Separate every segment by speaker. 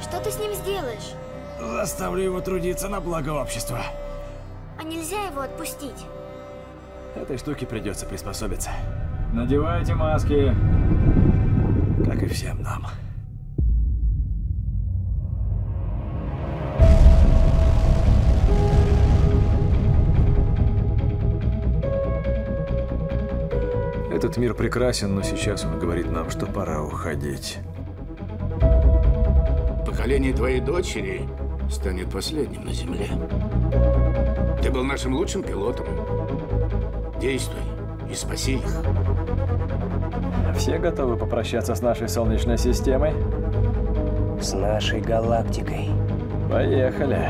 Speaker 1: Что ты с ним сделаешь?
Speaker 2: Заставлю его трудиться на благо общества.
Speaker 1: А нельзя его отпустить?
Speaker 2: Этой штуке придется приспособиться. Надевайте маски. Как и всем нам. Этот мир прекрасен, но сейчас он говорит нам, что пора уходить.
Speaker 3: Поколение твоей дочери станет последним на Земле. Ты был нашим лучшим пилотом. Действуй и спаси их.
Speaker 2: Все готовы попрощаться с нашей Солнечной системой?
Speaker 4: С нашей галактикой.
Speaker 2: Поехали.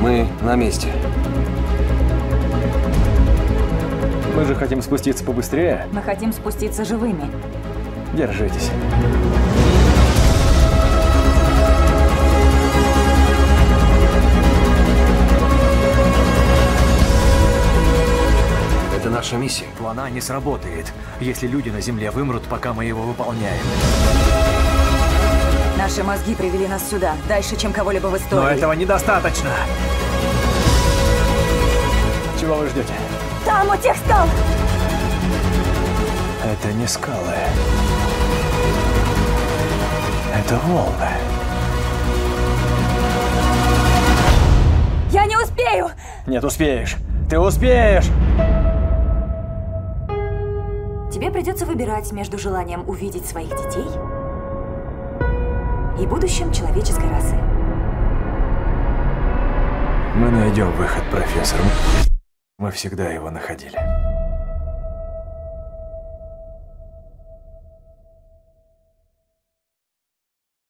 Speaker 4: Мы на месте.
Speaker 2: Мы же хотим спуститься побыстрее.
Speaker 5: Мы хотим спуститься живыми.
Speaker 2: Держитесь.
Speaker 4: Это наша миссия.
Speaker 2: Плана А не сработает, если люди на Земле вымрут, пока мы его выполняем.
Speaker 5: Наши мозги привели нас сюда, дальше, чем кого-либо в истории.
Speaker 2: Но этого недостаточно. Чего вы ждете?
Speaker 5: Там у тех скал!
Speaker 2: Это не скалы. Это волны.
Speaker 5: Я не успею!
Speaker 2: Нет, успеешь. Ты успеешь!
Speaker 5: Тебе придется выбирать между желанием увидеть своих детей и будущим человеческой расы.
Speaker 2: Мы найдем выход, профессор. Мы всегда его находили.